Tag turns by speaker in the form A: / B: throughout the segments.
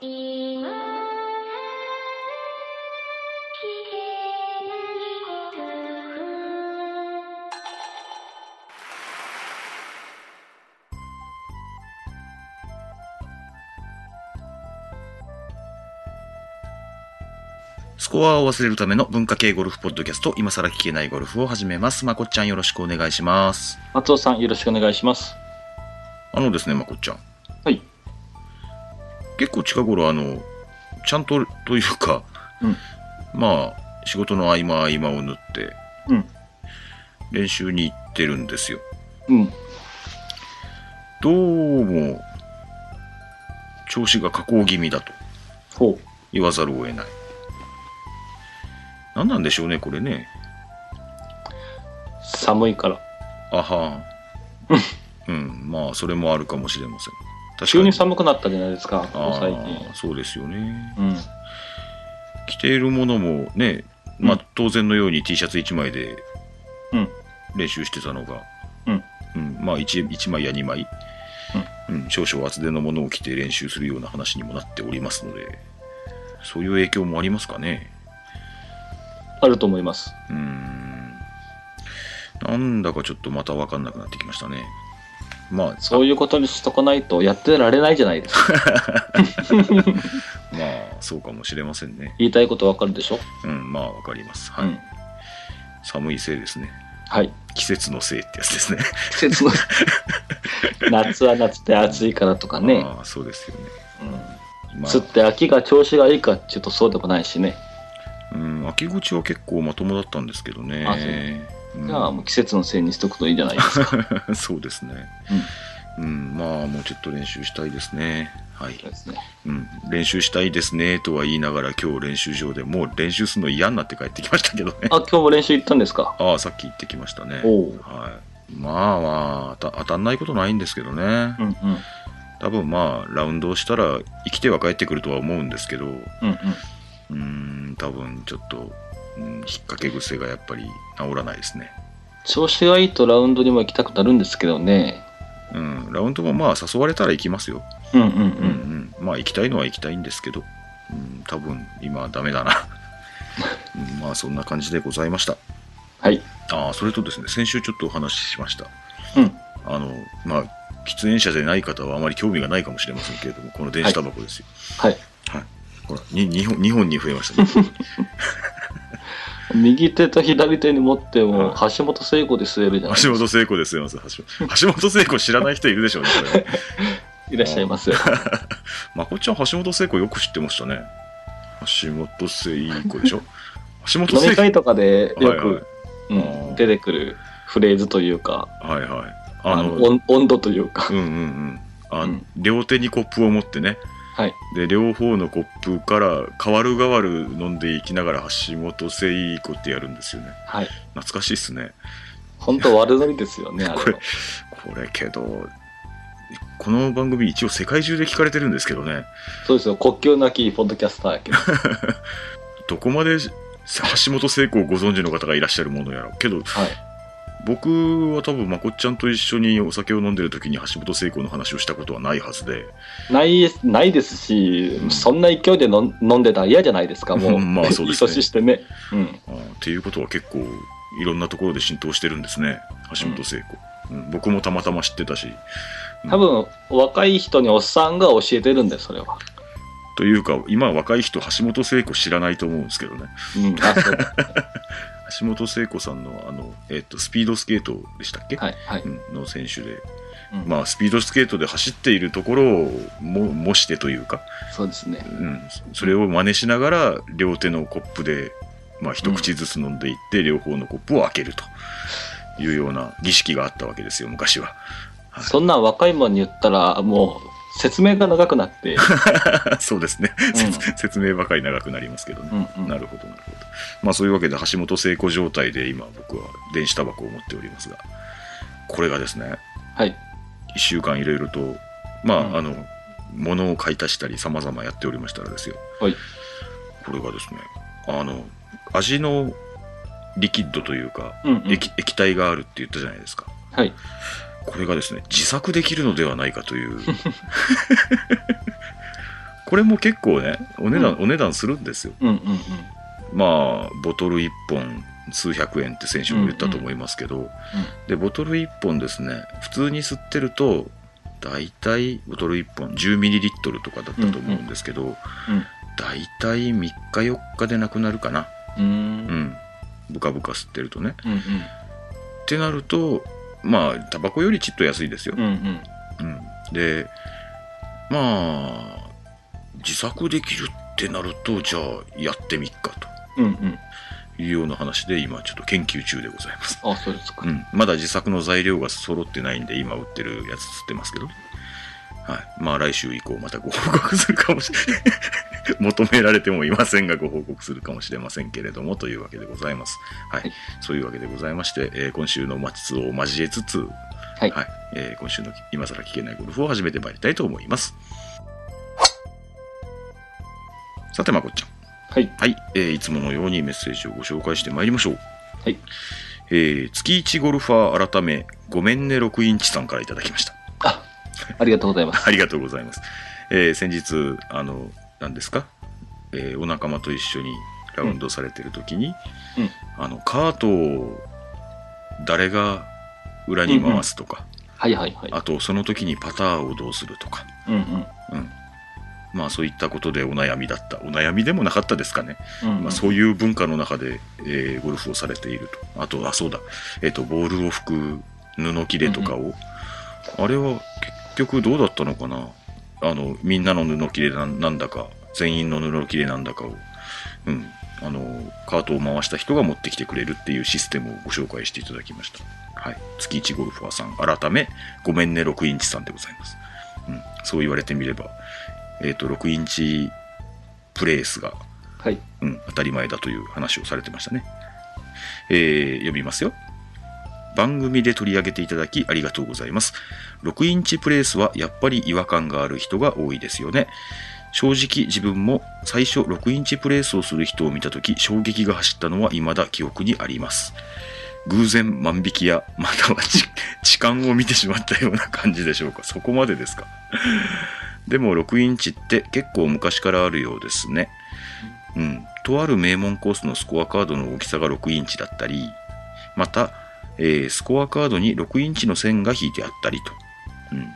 A: 今から聞けないこと
B: スコアを忘れるための文化系ゴルフポッドキャスト、今更聞けないゴルフを始めます。まこっちゃんよろしくお願いします。
C: 松尾さん、よろしくお願いします。
B: あのですね、まこっちゃん。
C: はい。
B: 結構近頃、あの、ちゃんとというか、
C: うん
B: まあ、仕事の合間合間を縫って、
C: うん
B: 練習に行ってるんですよ。
C: うん。
B: どうも、調子が下降気味だと
C: ほう。
B: 言わざるを得ない。何なんでしょうね、これね。
C: 寒いから。
B: あはん。うん、まあ、それもあるかもしれません。確
C: 急に寒くなったじゃないですか、ここ最
B: ああ、そうですよね。
C: 近。うん。
B: 着ているものもね、まあ、当然のように T シャツ1枚で
C: うん
B: 練習してたのが、
C: うん
B: うんまあ 1, 1枚や2枚、うん少々厚手のものを着て練習するような話にもなっておりますので、そういう影響もありますかね。
C: あると思います。
B: うーん。なんだかちょっとまた分かんなくなってきましたね。まあ、
C: そういうことにしとかないと、やってられないじゃない ですか。
B: まあ、そうかもしれませんね。
C: 言いたいことわかるでしょ
B: うん、まあ、わかります。はい。
C: うん
B: 寒いせいですね。
C: はい。
B: 季節のせいってやつですね。
C: 季節の。夏は夏で暑いからとか ね。
B: ああ、そうですよね。
C: うん。
B: ま
C: つって秋が調子がいいかっていうとそうでもないしね。
B: あ、うん、秋口は結構まともだったんですけどね。
C: あそう
B: うん
C: じゃあもう季節のせいにしとくといいじゃないですか。
B: そうですね。うん、まあ、もうちょっと練習したいですね。はい。
C: そう ですね。
B: うん、練習したいですねとは言いながら、今日練習場でもう練習するの嫌になって帰ってきましたけどね。
C: あ、今日も練習行ったんですか
B: ああ、さっき行ってきましたね。
C: おう。
B: はい。まあまあ、た当たんないことないんですけどね
C: う。んうん。うん
B: 多分まあ、ラウンドをしたら生きては帰ってくるとは思うんですけど、
C: うん。
B: うーん、多分ちょっと、うん、引っ掛け癖がやっぱり治らないですね。
C: 調子がいいとラウンドにも行きたくなるんですけどね。
B: うん、ラウンドもまあ誘われたら行きますよ。
C: うんうんう
B: うん
C: ん。
B: うん、まあ行きたいのは行きたいんですけど、うん、多分今はダメだ な。うんまあそんな感じでございました。
C: はい。
B: ああ、それとですね、先週ちょっとお話ししました。
C: うん。
B: あの、まあ、喫煙者でない方はあまり興味がないかもしれませんけれども、この電子タバコですよ。
C: はい。
B: ほら、に2本 ,2 本に増えましたね。
C: 右手と左手に持っても、
B: は
C: 橋本聖子で吸えるじゃない
B: 橋本聖子ですよ、すいません橋本橋本聖子知らない人いるでしょうね、こ れ。
C: いらっしゃいますよ。
B: まこっちゃん、橋本聖子よく知ってましたね。橋本聖子でしょ橋本
C: 飲み
B: 聖子。
C: 会とかでよ
B: はいはい
C: くうん出てくるフレーズというか、
B: はいはい。あの、
C: あの
B: うん
C: 温温度というか
B: う、んうん。あ
C: うん
B: 両手にコップを持ってね。
C: はい。
B: で、両方のコップから、代わる代わる飲んでいきながら、橋本聖子ってやるんですよね。
C: はい。
B: 懐かしいっすね。
C: 本当悪ノリですよね、あ
B: これ
C: れは。、
B: これけど、この番組一応世界中で聞かれてるんですけどね。
C: そうですよ、国境なきポッドキャスターやけど。
B: どこまで橋本聖子をご存知の方がいらっしゃるものやろう。けど、
C: はい。
B: 僕は多分まこっちゃんと一緒にお酒を飲んでる時に橋本聖子の話をしたことはないはずで
C: ない、ないですし
B: う、ん
C: そんな勢いで飲ん飲んでたら嫌じゃないですか、もう。
B: まあそうですね
C: いい年してね。うん。
B: あーっていうことは結構いろんなところで浸透してるんですね橋本聖子、うん僕もたまたま知ってたし
C: 多分、若い人におっさんが教えてるんだよ、それは。
B: というか今若い人橋本聖子知らないと思うんですけどね
C: うん。あ、そう。
B: 橋本聖子さんのあの、えっとスピードスケートでしたっけ、
C: はい、はい。
B: うんの選手で、
C: うん
B: まあ、スピードスケートで走っているところをも模してというか、
C: そうですね。
B: うん、それを真似しながら両手のコップで、まあ、一口ずつ飲んでいって、両方のコップを開けるというような儀式があったわけですよ昔は。 はい
C: そんなん若いもんに言ったら、もう説明が長く なって、
B: そうですね、
C: うん
B: 説説明ばかり長くなりますけどね。
C: うんうん
B: なるほどなるほど。まあそういうわけで橋本聖子状態で今僕は電子タバコを持っておりますがこれがですね
C: はい、
B: 1週間いろいろとまあ、
C: うん
B: あの物を買い足したりさまざまやっておりましたらですよ
C: はい、
B: これがですねあの味のリキッドというか
C: うんうん
B: 液液体があるって言ったじゃないですか
C: はい、
B: これがですね自作できるのではないかというここれも結構ねお値段、
C: う
B: お値段するんですよ
C: うんうんうん。
B: まあボトル1本数百円って先週も言ったと思いますけど、でボトル1本ですね普通に吸ってると大体ボトル1本10ミリリットルとかだったと思うんですけど、大体3日4日でなくなるかな
C: うーん。
B: う
C: うん
B: んブカブカ吸ってるとね
C: うん
B: ってなるとまあタバコよりちっと安いですよ
C: うん。う、んうん。
B: うんでまあ自作できるってなるとじゃあやってみっか
C: うんうん。
B: というような話で今ちょっと研究中でございます、
C: あ、そうですか。
B: うん、まだ自作の材料が揃ってないんで今売ってるやつ吸ってますけどねはいまあ来週以降またご報告するかもしれ 求められてもいませんがご報告するかもしれませんけれどもというわけでございますはい、
C: はい
B: そういうわけでございまして、えー今週の待ちつを交えつつ
C: はい
B: はいえー今週の今更聞けないゴルフを始めてまいりたいと思いますさてまこっちゃん
C: はい。
B: はい、えーいつものようにメッセージをご紹介してまいりましょう
C: はい、
B: えー月一ゴルファー改めごめんね6インチさんからいただきました
C: あ、ありがとうございます。
B: ありがとうございます、えー先日あの何ですか、えーお仲間と一緒にラウンドされてる時に、
C: うんうん
B: あのカートを誰が裏に回すとか、
C: はいはいはい。
B: あとその時にパターをどうするとか
C: うんうん。
B: まあそういったことでお悩みだったお悩みでもなかったですかね、
C: うんうん
B: まあ、そういう文化の中で、えーゴルフをされているとあとあそうだ、えー、とボールを拭く布切れとかを、あれは結局どうだったのかなあのみんなの布切れなんなんだか全員の布切れなんだかを、うん、あのカートを回した人が持ってきてくれるっていうシステムをご紹介していただきました、はい、月一ゴルファーさん改めごめんね6インチさんでございます、うん、そう言われてみれば、えー、と6インチプレースが
C: はい。
B: うん、当たり前だという話をされてましたね。えー読みますよ。番組で取り上げていただきありがとうございます。6インチプレースはやっぱり違和感がある人が多いですよね。正直自分も最初6インチプレースをする人を見た時衝撃が走ったのは未だ記憶にあります。偶然万引きやまたはち痴漢を見てしまったような感じでしょうか。そこまでですか。でも6インチって結構昔からあるようですね。うん、とある名門コースのスコアカードの大きさが6インチだったりまた、えースコアカードに6インチの線が引いてあったりと、うん、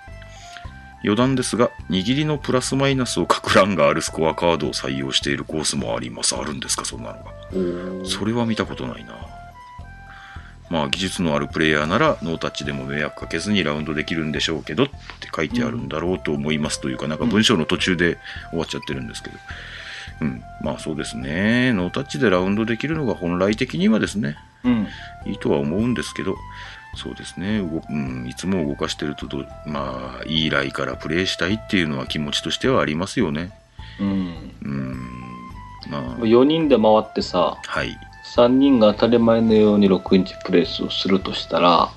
B: 余談ですが握りのプラスマイナスを書く欄があるスコアカードを採用しているコースもありますあるんですかそんなのが
C: おー
B: それは見たことないなまあ技術のあるプレイヤーならノータッチでも迷惑かけずにラウンドできるんでしょうけどって書いてあるんだろうと思いますというか、なんか文章の途中で終わっちゃってるんですけど、うん、まあそうですねノータッチでラウンドできるのが本来的にはですね
C: うん。
B: いいとは思うんですけどそうですね、動うん、いつも動かしてるとどまあいいライからプレイしたいっていうのは気持ちとしてはありますよね
C: うん。
B: うんまあ
C: 4人で回ってさ、
B: はい
C: 3人が当たり前のように6インチプレイスをするとしたら、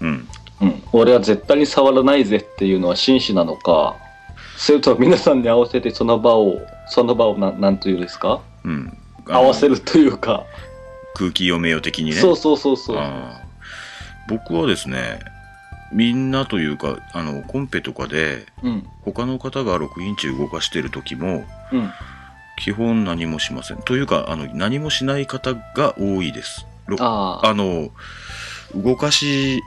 B: うん
C: うん、俺は絶対に触らないぜっていうのは紳士なのか、それとも皆さんに合わせてその場を、その場をななんというですか
B: うん
C: 合わせるというか、
B: 空気読めよ的にね
C: そうそうそうそう。
B: ああ僕はですねみんなというかあのコンペとかで
C: うん。
B: 他の方が6インチ動かしてる時も
C: うん。
B: 基本何もしませんというかあの何もしない方が多いですろ
C: ああ。
B: あの動かし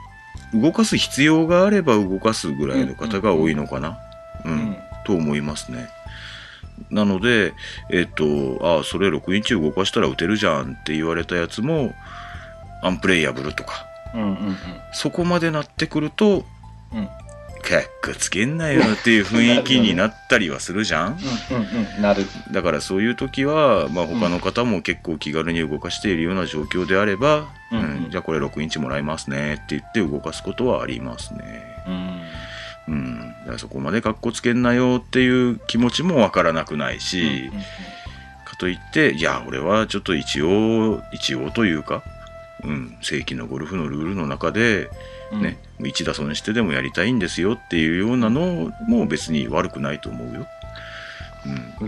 B: 動かす必要があれば動かすぐらいの方が多いのかなうん、
C: うん。
B: と思いますねなのでえっとああそれ6インチ動かしたら打てるじゃんって言われたやつもアンプレイヤブルとか
C: うんうん
B: そこまでなってくると、
C: うん
B: かっこつけんなよっていう雰囲気になったりはするじゃん
C: うん。うんうんうん。なる。
B: だからそういう時は、まあ、他の方も結構気軽に動かしているような状況であれば、
C: うんうん
B: じゃあこれ6インチもらいますねって言って動かすことはありますね。
C: う
B: う
C: ん。
B: ん、だからそこまでかっこつけんなよっていう気持ちもわからなくない
C: うん
B: し、かといっていや俺はちょっと一応一応というか、うん、正規のゴルフのルールの中で
C: うんうん
B: ね、1打損してでもやりたいんですよっていうようなのも別に悪くないと思うよ。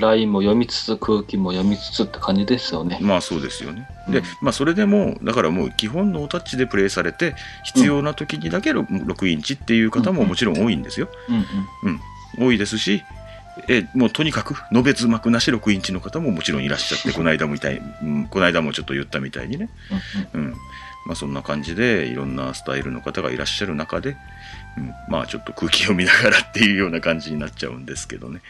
C: ラインも読みつつ空気も読みつつって感じですよね
B: うん、。まあそうですよね。
C: う
B: で
C: ん、
B: まあそれでも、だからもう基本のおタッチでプレイされて、必要な時にだけろ6インチっていう方ももちろん多いんですよ。
C: うんうん。
B: 多いですし、えもうとにかく、のべつ幕なし6インチの方ももちろんいらっしゃって、この間もいたい、うん、この間もちょっと言ったみたいにね、うんまあ、そんな感じでいろんなスタイルの方がいらっしゃる中で、うん、まあちょっと空気を見ながらっていうような感じになっちゃうんですけどね。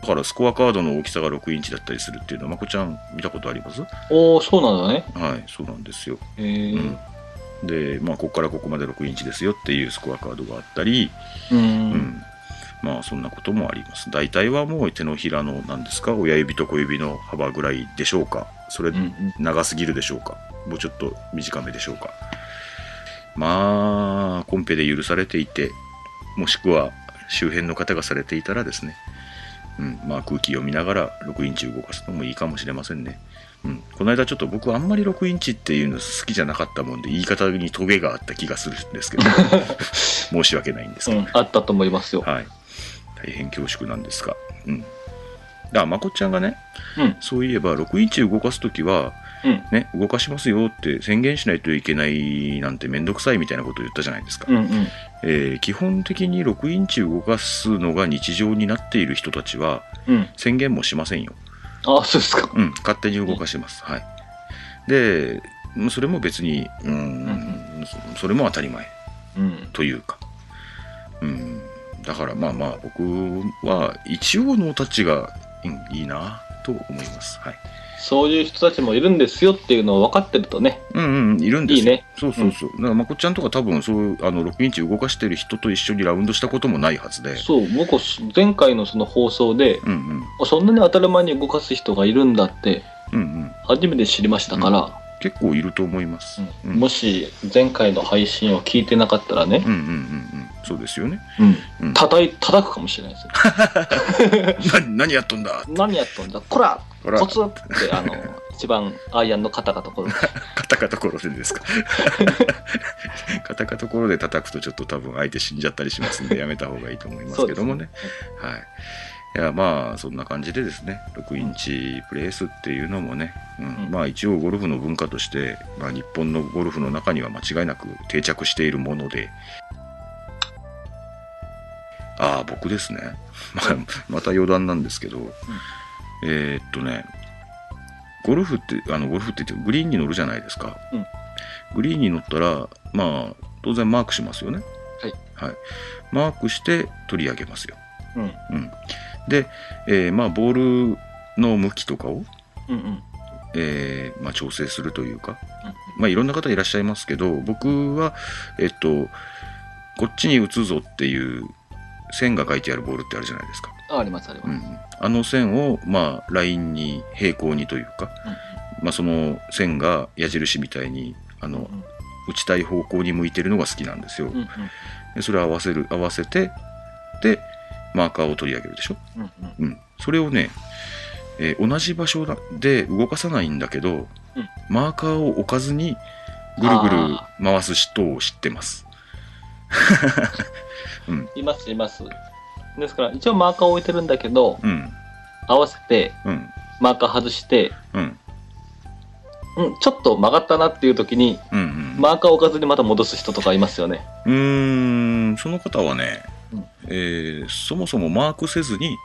B: だからスコアカードの大きさが6インチだったりするっていうのはまこちゃん見たことありますは
C: おおそうなんだね。
B: いそうなんですよ。
C: えー、
B: うん、でまあここからここまで6インチですよっていうスコアカードがあったり、
C: う。
B: うんん、まあそんなこともあります。大体はもう手のひらの何ですか親指と小指の幅ぐらいでしょうかそれ
C: うん。うん。
B: 長すぎるでしょうかもうちょっと短めでしょうかまあコンペで許されていてもしくは周辺の方がされていたらですね、うん、まあ空気読みながら6インチ動かすのもいいかもしれませんね、うん、この間ちょっと僕あんまり6インチっていうの好きじゃなかったもんで言い方にトゲがあった気がするんですけ ど申し訳ないんですけど、
C: うんあったと思いますよ。
B: はい、大変恐縮なんですが、うん、だまこっちゃんがね、
C: うん
B: そういえば6インチ動かす時は
C: うん。
B: ね、動かしますよって宣言しないといけないなんてめんどくさいみたいなことを言ったじゃないですか、
C: うんうん。
B: えー基本的に6インチ動かすのが日常になっている人たちは
C: うん。
B: 宣言もしませんよ、
C: あそうですか。
B: うん、勝手に動かします、はいでうんそれも別にうーんそそれも当たり前
C: うん。
B: というかうんだからまあまあ僕は一応ノータッチがうんいいなと思いますはい
C: そういう人たちもいるんですよっていうのを分かってるとね。
B: うんうん、いるんですよ
C: いいね。
B: そうそうそう。だから、まこっちゃんとか多分、そう、あの、6インチ動かしてる人と一緒にラウンドしたこともないはずで。
C: そう、僕、前回のその放送で、
B: うんうん。
C: そんなに当たり前に動かす人がいるんだって、
B: うんうん。
C: 初めて知りましたから、
B: 結構いると思います。うん。うん
C: もし前回の配信を聞いてなかったらね
B: う、んうんうん。そうですよね。うん
C: 叩い叩くかもしれないです よ。
B: な何やっとんだ
C: 何やっとんだこら
B: こら
C: コ、ツって、あの、一番アイアンの肩がところに
B: カタカタコロでですか。 カタカタコロで叩くとちょっと多分相手死んじゃったりしますんで、やめた方がいいと思いますけどもね。。はい。いや、まあ、そんな感じでですね、6インチプレースっていうのもね、うん
C: うん
B: まあ一応ゴルフの文化として、まあ日本のゴルフの中には間違いなく定着しているもので、ああ、僕ですね。まあ、また余談なんですけど、えーっとね、ゴルフって、あの、ゴルフって言ってグリーンに乗るじゃないですか。
C: うん
B: グリーンに乗ったら、まあ、当然マークしますよね。
C: はい。
B: はい。マークして取り上げますよ。
C: うん。うん
B: で、えーまあボールの向きとかを、
C: うんうん。
B: えーまあ、調整するというか、まあ、いろんな方いらっしゃいますけど僕は、えっと、こっちに打つぞっていう線が書いてあるボールってあるじゃないですか、
C: あありますあり
B: う
C: ます。
B: ん、あの線を、まあ、ラインに平行にというか、まあ、その線が矢印みたいにあ
C: うんう
B: の
C: ん
B: 打ちたい方向に向いてるのが好きなんですよ、
C: うん
B: でそれを合わせる合わせてでマーカーを取り上げるでしょ
C: うんうんうん
B: うん、それをね、えー同じ場所だで動かさないんだけど、
C: うん
B: マーカーを置かずにぐるぐる
C: あ
B: 回す人を知ってます。
C: いますいます。ですから、一応マーカーを置いてるんだけど、
B: うん、
C: 合わせて、
B: うん、
C: マーカー外して、
B: うん、
C: うん、ちょっと曲がったなっていう時に、
B: うん、うん。
C: マーカーを置かずにまた戻す人とかいますよね。
B: うーん、その方はね、
C: うん
B: えーそもそもマークせずに、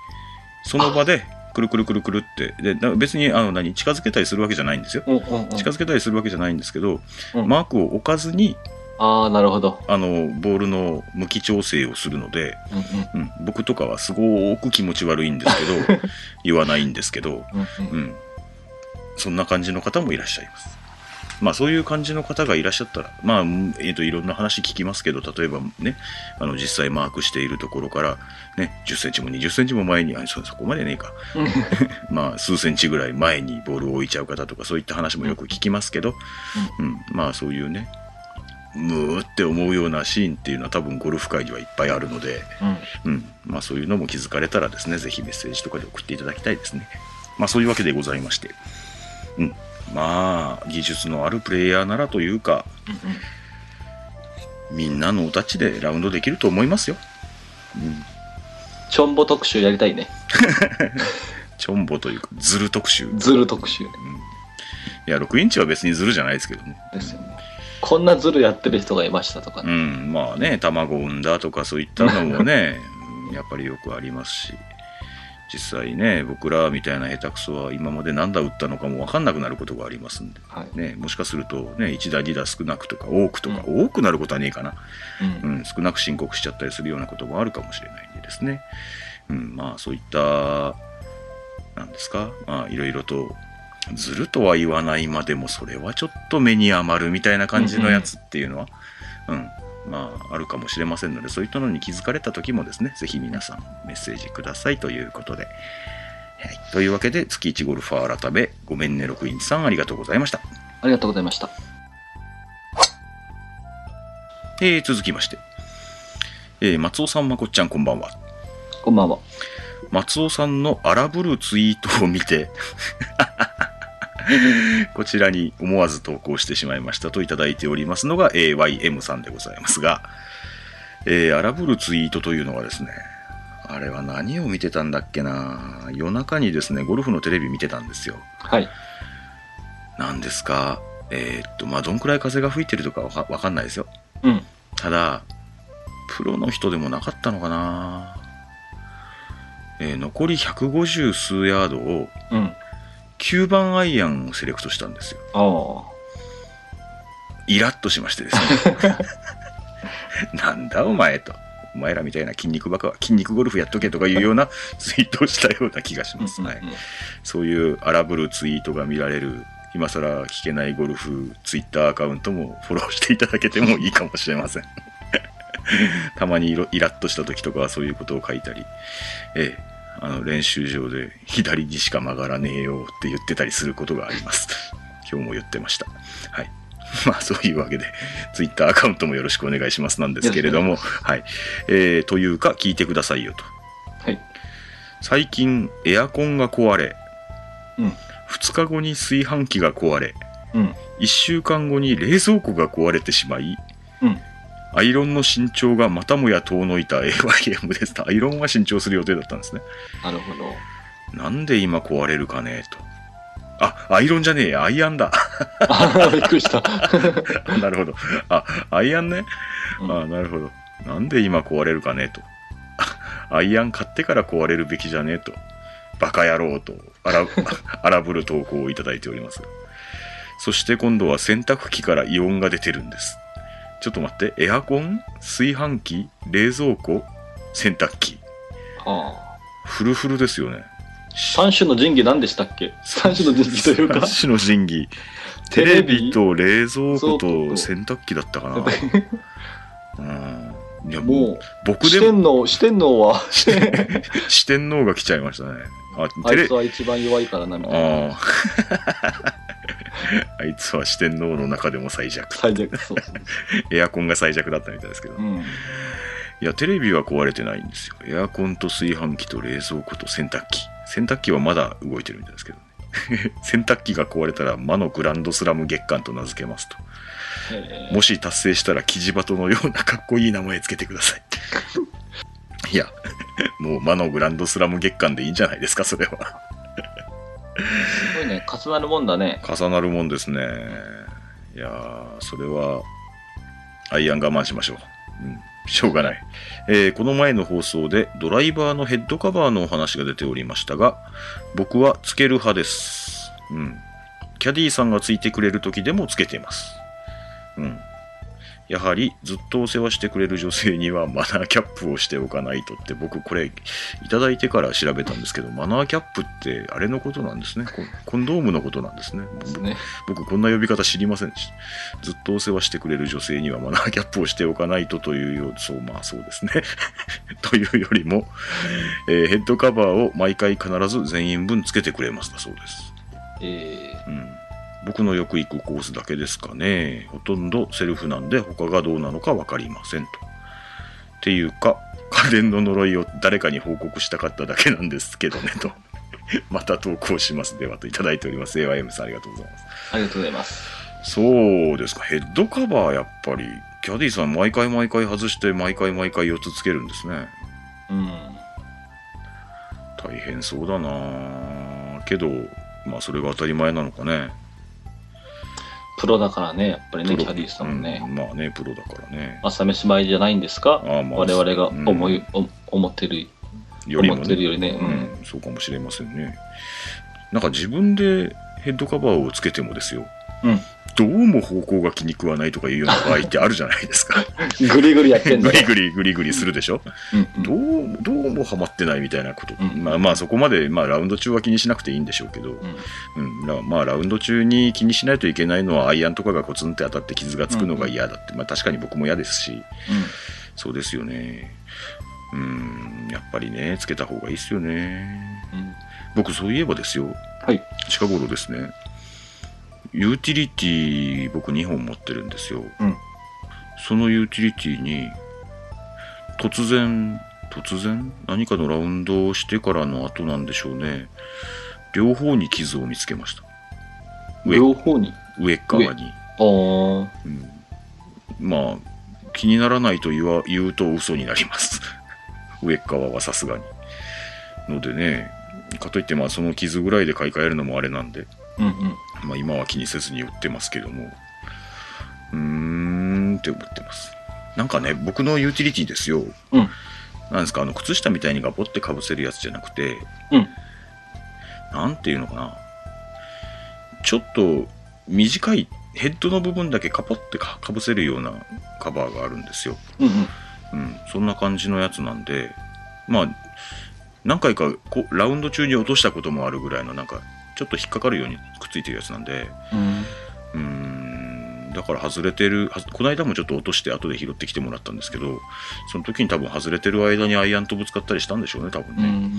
B: その場でくるくるくるくるって、でな別にあの何近づけたりするわけじゃないんですよ。
C: うんうんうん
B: 近づけたりするわけじゃないんですけど、
C: うん
B: マークを置かずに、
C: ああ、なるほど。
B: あの、ボールの向き調整をするので、
C: うん
B: うん、僕とかはすごく気持ち悪いんですけ ど言わないんですけど、
C: うんうんう
B: うんん、そんな感じの方もいらっしゃいます。まあそういう感じの方がいらっしゃったら、まあ、うんえっ、と、いろんな話聞きますけど、例えばね、あの、実際マークしているところから、ね、10センチも20センチも前に、あ、そ、そこまでねえか。まあ、数センチぐらい前にボールを置いちゃう方とか、そういった話もよく聞きますけど、うん、まあそういうね、むーって思うようなシーンっていうのは多分ゴルフ界にはいっぱいあるので、
C: うん
B: うん、まあそういうのも気づかれたらですね、ぜひメッセージとかで送っていただきたいですね。まあそういうわけでございまして、うん、まあ技術のあるプレイヤーならというか、みんなのおタッチでラウンドできると思いますよ。うん、
C: チョンボ特集やりたいね。
B: チョンボというか、ズル特集。うん、い
C: ズル特集
B: や、6インチは別にズルじゃないですけどね。
C: ですよね。こんなズルやってる人がいましたとか
B: う
C: ね。
B: ん、まあね、卵を産んだとかそういったのもね、 やっぱりよくありますし、実際ね、僕らみたいな下手くそは今まで何打打ったのかも分かんなくなることがありますんで、
C: はい。
B: ね、もしかするとね、1打2打少なくとか多くとか、多くなることはねえかな。
C: う。
B: うんん、少なく申告しちゃったりするようなこともあるかもしれないんでですね、うん、まあそういった、なんですか、まあいろいろと、ずるとは言わないまでも、それはちょっと目に余るみたいな感じのやつっていうのは、うん、まああるかもしれませんので、そういったのに気づかれた時もですね、ぜひ皆さんメッセージくださいということで、はい、というわけで、月1ゴルファー改め、ごめんね、6インチさんありがとうございました。
C: ありがとうございました。
B: えー続きまして、えー松尾さん、まこっちゃん、こんばんは。
C: こんばんは。
B: 松尾さんの荒ぶるツイートを見て こちらに思わず投稿してしまいましたといただいておりますのが AYM さんでございますが、えー荒ぶるツイートというのはですねあれは何を見てたんだっけな夜中にですねゴルフのテレビ見てたんですよ
C: はい。
B: なんですかえーっとまあどんくらい風が吹いてるとかわかわかんないですよ
C: うん。
B: ただプロの人でもなかったのかな、えー残り150数ヤードを
C: うん。
B: 9番アイアンをセレクトしたんですよ
C: ああ。
B: イラッとしましてですね なんだお前とお前らみたいな筋肉バカは筋肉ゴルフやっとけとかいうようなツイートをしたような気がします、はい、そういう荒ぶるツイートが見られる今更聞けないゴルフツイッターアカウントもフォローしていただけてもいいかもしれません たまにイライラッとした時とかはそういうことを書いたり、ええ、あの練習場で左にしか曲がらねえよって言ってたりすることがあります 今日も言ってましたはい まあそういうわけでツイッターアカウントもよろしくお願いしますなんですけれどもはい、えーというか聞いてくださいよと
C: はい。
B: 最近エアコンが壊れ、
C: うん
B: 2日後に炊飯器が壊れ
C: うん。
B: 1週間後に冷蔵庫が壊れてしまい
C: うん。
B: アイロンの身長がまたもや遠のいた AYM ですアイロンは新調する予定だったんですね
C: なるほど。
B: なんで今壊れるかねとあアイロンじゃねえやアイアンだ
C: あ びっくりした。
B: なるほどあアイアンね
C: うん
B: あなるほど。なんで今壊れるかねと。 あアイアン買ってから壊れるべきじゃねえと。バカ野郎と荒 荒ぶる投稿をいただいております。そして今度は洗濯機から異音が出てるんです。ちょっと待って、エアコン、炊飯器、冷蔵庫、洗濯機。
C: あ
B: フルフルですよね。
C: 三種の神器何でしたっけ三種の神器というか。
B: 三種の神器。テ
C: テ
B: レ
C: レビ
B: ビと冷蔵庫
C: 冷蔵
B: と
C: 庫
B: 洗濯機だったか な。うん。いや、もう、
C: もう、
B: 僕
C: 四
B: でも
C: 天王、四天王は、
B: 四天王が来ちゃいましたね。あ、
C: あ
B: テレ
C: いつは一番弱いからな、みたいな。
B: あ あ。あいつは四天王の中でも最弱。
C: 最悪そうそう
B: エアコンが最弱だったみたいですけど。
C: そう。う
B: い
C: ん。
B: や、テレビは壊れてないんですよ。エアコンと炊飯器と冷蔵庫と洗濯機。洗濯機はまだ動いてるみたいですけどね。 洗濯機が壊れたら魔のグランドスラム月間と名付けますと。
C: えー
B: もし達成したらキジバトのようなかっこいい名前つけてください。いや、もう魔のグランドスラム月間でいいんじゃないですか、それは。
C: すごいね、重なるもんだね。
B: 重なるもんですねいやーそれはアイアン我慢しましょう、うん、しょうがない、えーこの前の放送でドライバーのヘッドカバーのお話が出ておりましたが僕はつける派です、うん、キャディーさんがついてくれる時でもつけています、うん、やはりずっとお世話してくれる女性にはマナーキャップをしておかないとって僕これいただいてから調べたんですけどマナーキャップってあれのことなんですねコンコンドームのことなんですね
C: ですね。
B: 僕こんな呼び方知りませんでしたずっとお世話してくれる女性にはマナーキャップをしておかないとというようそうまあそうですね というよりも、えーヘッドカバーを毎回必ず全員分つけてくれましたそうです、
C: え
B: うん、僕のよく行くコースだけですかねほとんどセルフなんで他がどうなのか分かりませんとっていうか家電の呪いを誰かに報告したかっただけなんですけどねと また投稿しますではといただいております AYM さんありがとうございます
C: ーありがとうございます。
B: そうですか、ヘッドカバーやっぱり、キャディさん毎回毎回外して、毎回毎回4つつけるんですね。
C: うん。
B: 大変そうだなぁけど、まあそれが当たり前なのかね。
C: プロだからね、やっぱりね、
B: プロ
C: キャディーさんもね。
B: うんまあね、プロだからね。
C: 朝飯前じゃないんですか
B: ああまあ
C: 我々が思い、お思ってる、
B: よりも
C: 思ってるよりね。うん。
B: うん、そうかもしれませんね。なんか自分でヘッドカバーをつけてもですよ、
C: うん
B: どうも方向が気に食わないとかいうような場合ってあるじゃないです か。
C: ぐりぐりやってん
B: グ
C: だ。
B: リグリグリグリするでしょ、
C: うんうん
B: どうどうもハマってないみたいなこと、
C: うん
B: まあまあそこまで、まあ、ラウンド中は気にしなくていいんでしょうけど、
C: うん
B: うんらまあラウンド中に気にしないといけないのはアイアンとかがコツンって当たって傷がつくのが嫌だって、まあ確かに僕も嫌ですしそうですよねうんやっぱりねつけた方がいいですよね
C: うんうん
B: 僕そういえばですよ
C: はい。
B: 近頃ですねユーティリティ僕2本持ってるんですよ、
C: うん
B: そのユーティリティに突然突然何かのラウンドをしてからの後なんでしょうね両方に傷を見つけました上
C: 両方に。
B: 上っ側に、
C: あー
B: うんまあ気にならないと言わ言うと嘘になります 上っ側はさすがにのでねかといってまあその傷ぐらいで買い替えるのもあれなんで
C: うんうん。
B: まあ、今は気にせずに売ってますけどもうーんって思ってますなんかね僕のユーティリティですよ、
C: うん
B: なんですかあの靴下みたいにガポってかぶせるやつじゃなくて、
C: うん
B: なんていうのかなちょっと短いヘッドの部分だけカポってかかぶせるようなカバーがあるんですよ、
C: うんうん。
B: うん、そんな感じのやつなんでまあ何回かこうラウンド中に落としたこともあるぐらいのなんかちょっと引っかかるようにくっついてるやつなんで、
C: うん
B: うーんだから外れてるはこの間もちょっと落として後で拾ってきてもらったんですけどその時に多分外れてる間にアイアンとぶつかったりしたんでしょうね多分
C: う
B: ね、
C: ん。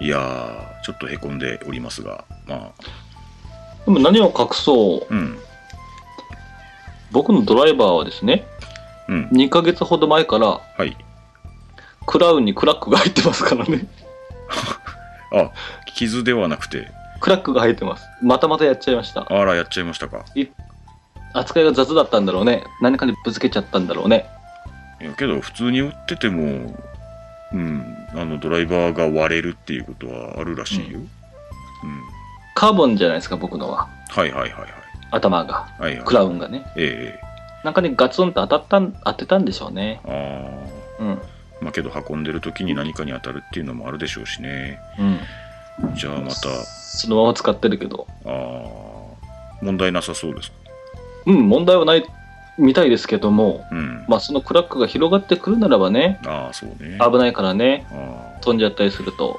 B: いやーちょっとへこんでおりますがまあ
C: でも何を隠そう。
B: うん
C: 僕のドライバーはですね、
B: うん
C: 2ヶ月ほど前から、
B: はい
C: クラウンにクラックが入ってますからね。
B: あ傷ではなくて
C: クラックが入ってます。またまたやっちゃいました。
B: あらやっちゃいましたか
C: 扱いが雑だったんだろうね。何かにぶつけちゃったんだろうね。
B: いやけど普通に打っててもうんあのドライバーが割れるっていうことはあるらしいよ、うん
C: カーボンじゃないですか、僕のは。
B: はいはいはいはい
C: 頭が。
B: はいはい
C: クラウンがね。
B: ええ
C: なんかね、ガツンと当たったん、当てたんでしょうね。
B: ああ
C: うん。
B: まあけど運んでる時に何かに当たるっていうのもあるでしょうしね
C: うん。
B: じゃあまた
C: そのまま使ってるけど。
B: あー問題なさそうですか
C: うん、問題はないみたいですけども、
B: うん、
C: まあそのクラックが広がってくるならばね、
B: ああそうね
C: 危ないからね、
B: あ
C: 飛んじゃったりすると。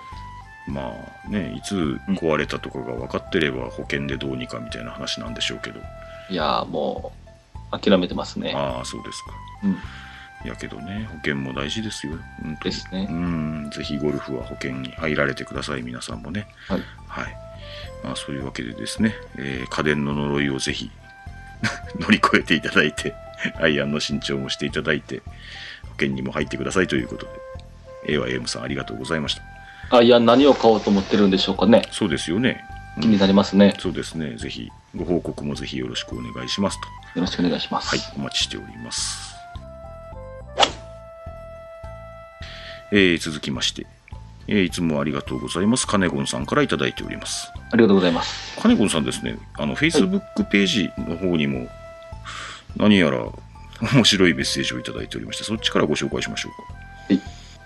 B: ーまあねいつ壊れたとかが分かってれば保険でどうにかみたいな話なんでしょうけど、
C: いやーもう、諦めてますね。
B: ああそうですか
C: うん。
B: やけどね保険も大事ですよ本当
C: で
B: に
C: すね
B: う。んぜひゴルフは保険に入られてください皆さんもね
C: はい、
B: はいまあ、そういうわけでですね、えー家電の呪いをぜひ 乗り越えていただいて アイアンの新調もしていただいて保険にも入ってくださいということで AYM さんありがとうございました
C: あ、いや、何を買おうと思ってるんでしょうかね。
B: そうですよね、うん
C: 気になりますね。
B: そうですねぜひご報告もぜひよろしくお願いしますと
C: よろしくお願いします。
B: はい、お待ちしております。えー続きまして、えーいつもありがとうございます。カネゴンさんからいただいております。
C: ありがとうございます。
B: カネゴンさんですね、あの、Facebook ページの方にも、何やら面白いメッセージをいただいておりまして、そっちからご紹介しましょうか。
C: はい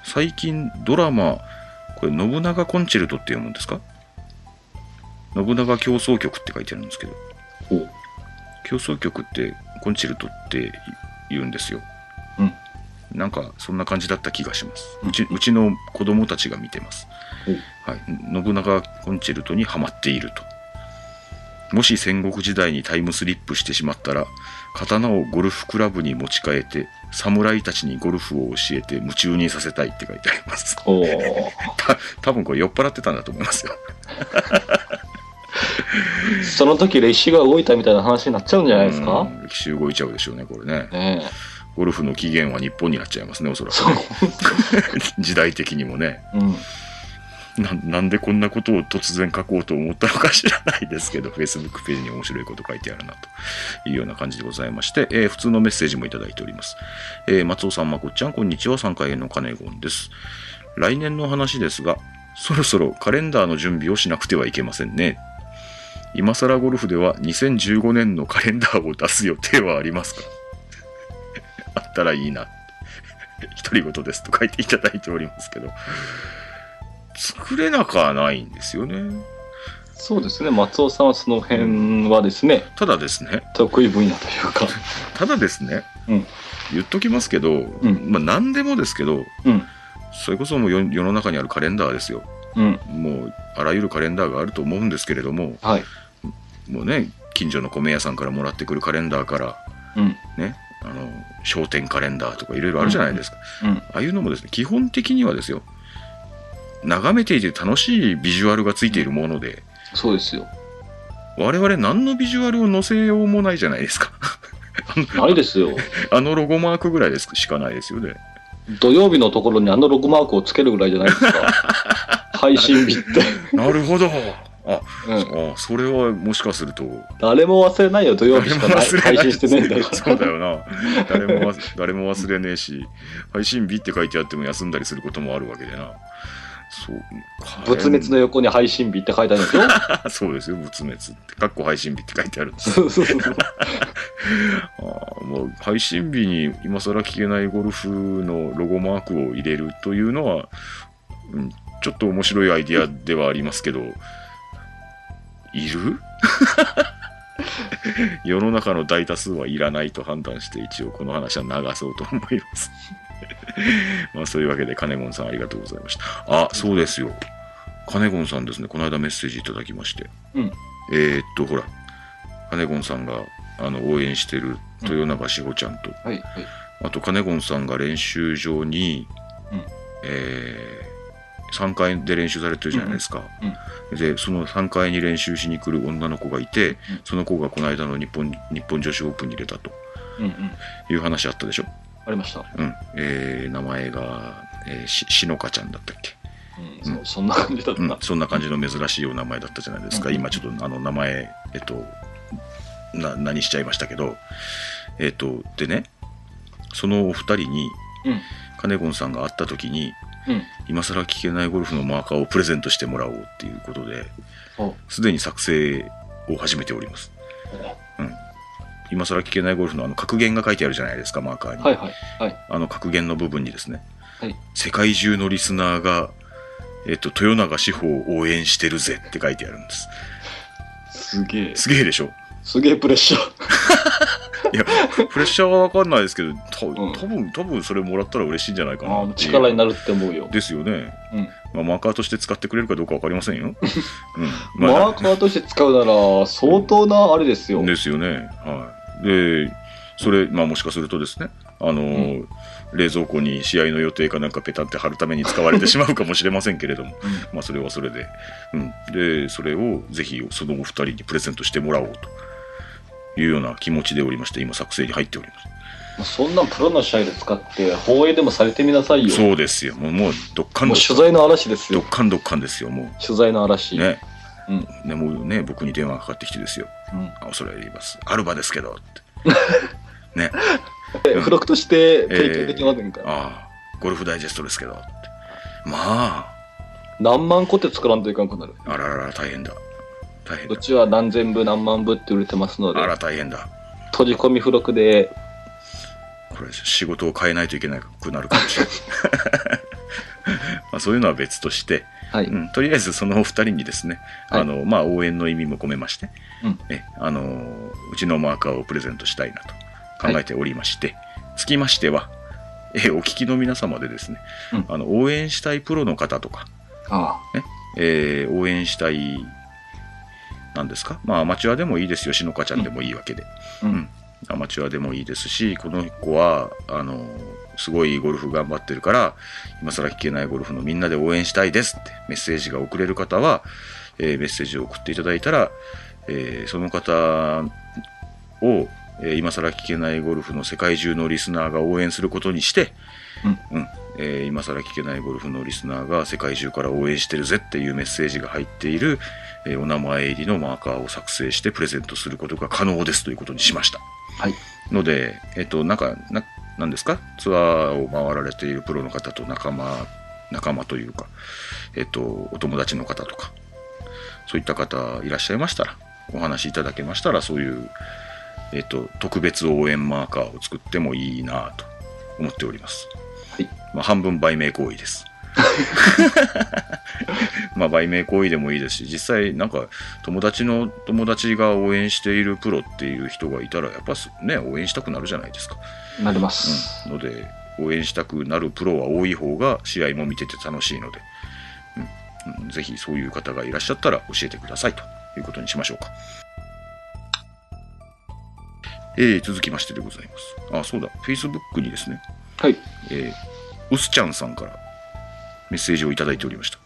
B: 最近ドラマ、これ、信長コンチェルトって読むんですか信長競争曲って書いてあるんですけど、
C: おう
B: 競争曲ってコンチェルトって言うんですよ、
C: うん
B: なんかそんな感じだった気がします
C: うん
B: うちうちの子供たちが見てます、
C: お
B: はい、信長コンチェルトにはまっているともし戦国時代にタイムスリップしてしまったら刀をゴルフクラブに持ち替えて侍たちにゴルフを教えて夢中にさせたいって書いてあり ます
C: おー
B: た多分これ酔っ払ってたんだと思いますよ
C: その時歴史が動いたみたいな話になっちゃうんじゃないですか、
B: うん歴史動いちゃうでしょうねこれね
C: ねえ。
B: ゴルフの起源は日本になっちゃいますねおそらく
C: そう。
B: 時代的にもね
C: うん。
B: ななんでこんなことを突然書こうと思ったのか知らないですけど Facebook ページに面白いこと書いてあるなというような感じでございまして、えー普通のメッセージもいただいております、えー松尾さんまこっちゃんこんにちは3回へのカネゴンです来年の話ですがそろそろカレンダーの準備をしなくてはいけませんね今更ゴルフでは2015年 のカレンダーを出す予定はありますかあったらいいな 独り言ですと書いていただいておりますけど、作れなくはないんですよね。
C: そうですね、松尾さんはその辺はですね、
B: ただですね、
C: 得意分野というか、
B: ただですね、
C: うん
B: 言っときますけど、
C: ん
B: まあ何でもですけど、
C: うん、
B: それこそもう世世の中にあるカレンダーですよ。
C: うん、
B: もうあらゆるカレンダーがあると思うんですけれども、
C: はい、
B: もうね、近所の米屋さんからもらってくるカレンダーから、
C: うん、
B: ね、あの商店カレンダーとかいろいろあるじゃないですか、
C: うん、
B: ああいうのもですね基本的にはですよ眺めていて楽しいビジュアルがついているもので
C: そうですよ。
B: 我々何のビジュアルを載せようもないじゃないですか
C: ないですよ。
B: あのロゴマークぐらいですしかないですよね
C: 土曜日のところにあのロゴマークをつけるぐらいじゃないです か。配信日って、
B: なるほどあ
C: うん。
B: あそれはもしかすると
C: 誰も忘れないよ、土曜日
B: 誰
C: し
B: も
C: かない
B: 忘れ
C: 配
B: ない
C: 信してないんだか
B: そう
C: ら。
B: だよな誰も忘誰も忘れねえし配信日って書いてあっても休んだりすることもあるわけでなそう
C: 仏滅の横に配信日って書いてあるんですよ。
B: あそうですよ、仏滅って、かっこ配信日って書いてあるんです。
C: そうそうそう。
B: あーもう配信日に今更聞けないゴルフのロゴマークを入れるというのは、うん、ちょっと面白いアイディアではありますけど、いる 世の中の大多数はいらないと判断して、一応この話は流そうと思います。 まあそういうわけで、金ンさんありがとうございました。あ、そうですよ。金ンさんですね、この間メッセージいただきまして。
C: うん
B: えーっと、ほら、金ンさんがあの応援してる豊永志保ちゃんと、
C: はい、はい。
B: あと金ンさんが練習場に、
C: うん
B: え3階で練習されてるじゃないですか、
C: うん
B: でその3階に練習しに来る女の子がいて、その子がこの間の日本日本女子オープンに出たと
C: うんうん。
B: いう話あったでしょ、
C: ありました。
B: うんえー名前が、えーししのかちゃんだったっけ
C: うん、そうそんな感じだった。
B: うん、そんな感じの珍しいお名前だったじゃないですか、
C: うん
B: 今ちょっとあの名前、えっと、な何しちゃいましたけど、えっと、でね、そのお二人に、
C: うん
B: カネゴンさんが会った時に、
C: うん
B: 今更聞けないゴルフのマーカーをプレゼントしてもらおうっていうことで
C: お、
B: すでに作成を始めております。うん、今更聞けないゴルフのあの格言が書いてあるじゃないですか、マーカーに。
C: はいはい。はい。
B: あの格言の部分にですね、
C: はい
B: 世界中のリスナーが、えっと、豊永志保を応援してるぜって書いてあるんです。
C: すげえ。
B: すげえでしょ
C: すげえプレッシャー。
B: い や、プレッシャーはわかんないですけど、た
C: ん
B: 多分多分それもらったら嬉しいんじゃないかな
C: あ
B: っ
C: あ、
B: ていう
C: 力になるって思うよ。
B: ですよね。
C: うん
B: まあ、マーカーとして使ってくれるかどうかわかりません よ。うん。まあ
C: マーカーとして使うなら、相当なあれですよ。
B: ですよね。はい。で、それ、まあもしかするとですね、あのー冷蔵庫に試合の予定かなんかペタンって貼るために使われてしまうかもしれませんけれども、まあそれはそれで、うん。で、それをぜひそのお二人にプレゼントしてもらおうというような気持ちでおりまして、今作成に入っております。
C: そんなんプロの試合で使って、放映でもされてみなさいよ。
B: そうですよ。もう、もう、どっかん
C: も
B: ど
C: う
B: っ
C: 取材の嵐です
B: ど
C: よ
B: っ。かんどっかんですよ、も
C: 取材の嵐。
B: う。ね。
C: うん
B: ね、もうね、僕に電話がかかってきてですよ。
C: うん
B: あ、恐れ入ります。アルバですけど、って。 ね。
C: え付録として提供できませんか、
B: ああ、ゴルフダイジェストですけど。ってまあ、
C: 何万個って作らんといかんくなる。
B: あららら、大変だ。大変
C: こ
B: だ
C: っ。ちは何千部何万部って売れてますので
B: あ、ら、大変だ。
C: 閉じ込み付録で、
B: これ、仕事を変えないといけなくなるかもしれない。 まあ、そういうのは別として、
C: はい。
B: うん、とりあえずそのお二人にですね、
C: はい
B: あのまあ、応援の意味も込めまして、
C: うん
B: えあのうちのマーカーをプレゼントしたいなと考えておりまして、つきましてはえお聞きの皆様でですね、
C: うん
B: あの応援したいプロの方とか、
C: あ
B: えー応援したい、なんですか、まあ、アマチュアでもいいですよ、しのかちゃんでもいいわけで、
C: うんうん
B: アマチュアでもいいですし、この子は、あの、すごいゴルフ頑張ってるから、今更聞けないゴルフのみんなで応援したいですってメッセージが送れる方は、えーメッセージを送っていただいたら、えーその方を、えー今更聞けないゴルフの世界中のリスナーが応援することにして、うんえー今更聞けないゴルフのリスナーが世界中から応援してるぜっていうメッセージが入っている、えーお名前入りのマーカーを作成してプレゼントすることが可能ですということにしました。
C: はい
B: ので、えっと、なんか、ななんですかツアーを回られているプロの方と仲間、仲間というか、えっと、お友達の方とか、そういった方いらっしゃいましたら、お話いただけましたら、そういう、えっと、特別応援マーカーを作ってもいいなぁと思っております。
C: あ、
B: まあ、半分売名行為です。 まあ売名行為でもいいですし実際なんか友達の友達が応援しているプロっていう人がいたらやっぱすね応援したくなるじゃないですか、
C: なります
B: う。ん、ので応援したくなるプロは多い方が試合も見てて楽しいので、うんうん、ぜひそういう方がいらっしゃったら教えてくださいということにしましょうか、えー続きましてでございますあそうだ Facebook にですね
C: はい。
B: えー、うすちゃんさんからメッセージをいただいておりました。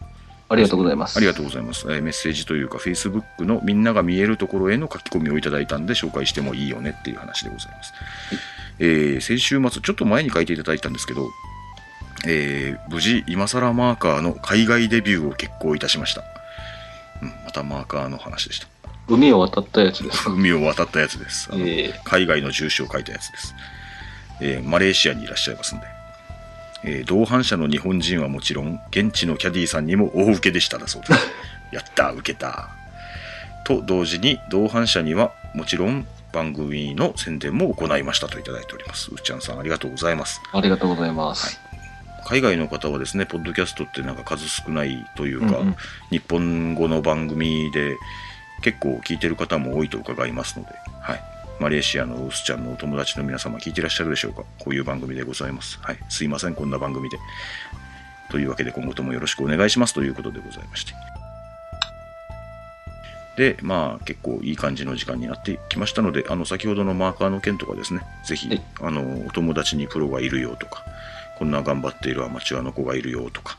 C: ありがとうございます。
B: ありがとうございます。えーメッセージというか、Facebook のみんなが見えるところへの書き込みをいただいたんで、紹介してもいいよねっていう話でございます。えー先週末、ちょっと前に書いていただいたんですけど、えー無事、今更マーカーの海外デビューを決行いたしました。うん、またマーカーの話でした。
C: 海を渡ったやつですか。
B: 海を渡ったやつです。あの
C: ええ
B: 海外の住所を書いたやつです、えーマレーシアにいらっしゃいますんで、えー同伴者の日本人はもちろん現地のキャディーさんにも大受けでしただそうですやった受けたと同時に同伴者にはもちろん番組の宣伝も行いましたといただいておりますうっちゃんさんありがとうございます
C: ありがとうございます。
B: 海外の方はですねポッドキャストってなんか数少ないというか、
C: うんうん
B: 日本語の番組で結構聞いてる方も多いと伺いますので、はい、マレーシアのウスちゃんのお友達の皆様聞いてらっしゃるでしょうかこういう番組でございます、はい、すいませんこんな番組でというわけで今後ともよろしくお願いしますということでございましてでまあ結構いい感じの時間になってきましたのであの先ほどのマーカーの件とかですねぜひ、
C: はい
B: あのお友達にプロがいるよとかこんな頑張っているアマチュアの子がいるよとか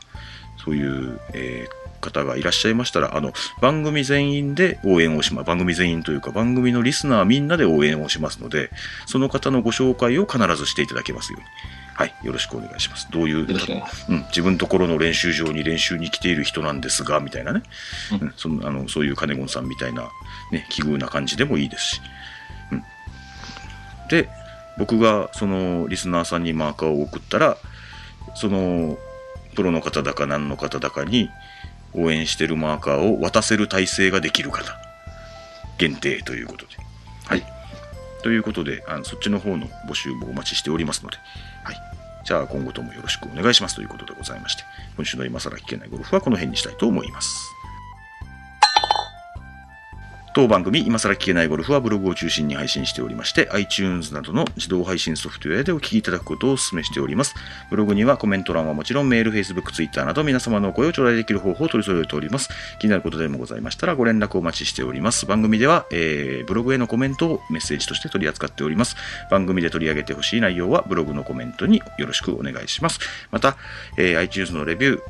B: そういう、えー方がいらっしゃいましたらあの番組全員で応援をします番組全員というか番組のリスナーみんなで応援をしますのでその方のご紹介を必ずしていただけますように、はい、よろしくお願いしますどういう
C: よろしくね。
B: うん、自分ところの練習場に練習に来ている人なんですがみたいなね、
C: う
B: うん、そのあのそういうカネゴンさんみたいな、ね、奇遇な感じでもいいですし、うん、で僕がそのリスナーさんにマーカーを送ったらそのプロの方だか何の方だかに応援してるマーカーを渡せる体制ができる方限定ということで。はい、ということであのそっちの方の募集もお待ちしておりますので、はい、じゃあ今後ともよろしくお願いしますということでございまして今週の今更聞けないゴルフはこの辺にしたいと思います。当番組、今更聞けないゴルフはブログを中心に配信しておりまして、iTunes などの自動配信ソフトウェアでお聞きいただくことをお勧めしております。ブログにはコメント欄はもちろんメール、Facebook、Twitter など皆様のお声を頂戴できる方法を取り揃えております。気になることでもございましたらご連絡お待ちしております。番組では、えーブログへのコメントをメッセージとして取り扱っております。番組で取り上げてほしい内容はブログのコメントによろしくお願いします。また、えー iTunes のレビュー、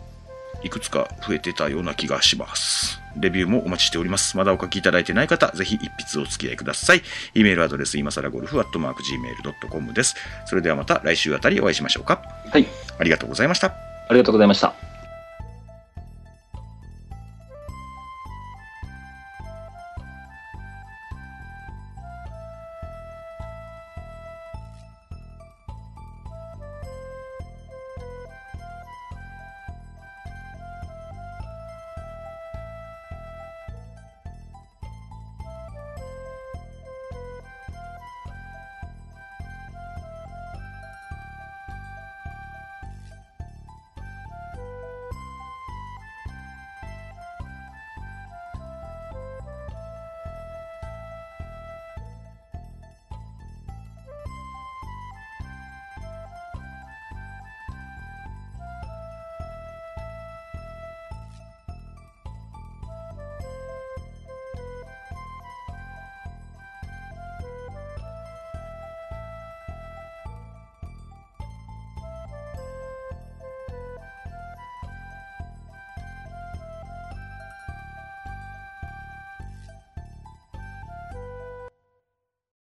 B: いくつか増えてたような気がします。レビューもお待ちしております。まだお書きいただいてない方、ぜひ一筆お付き合いください。イメールアドレス、今更ゴルフ、アットマーク、gmail.com です。それではまた来週あたりお会いしましょうか。
C: はい。
B: ありがとうございました。
C: ありがとうございました。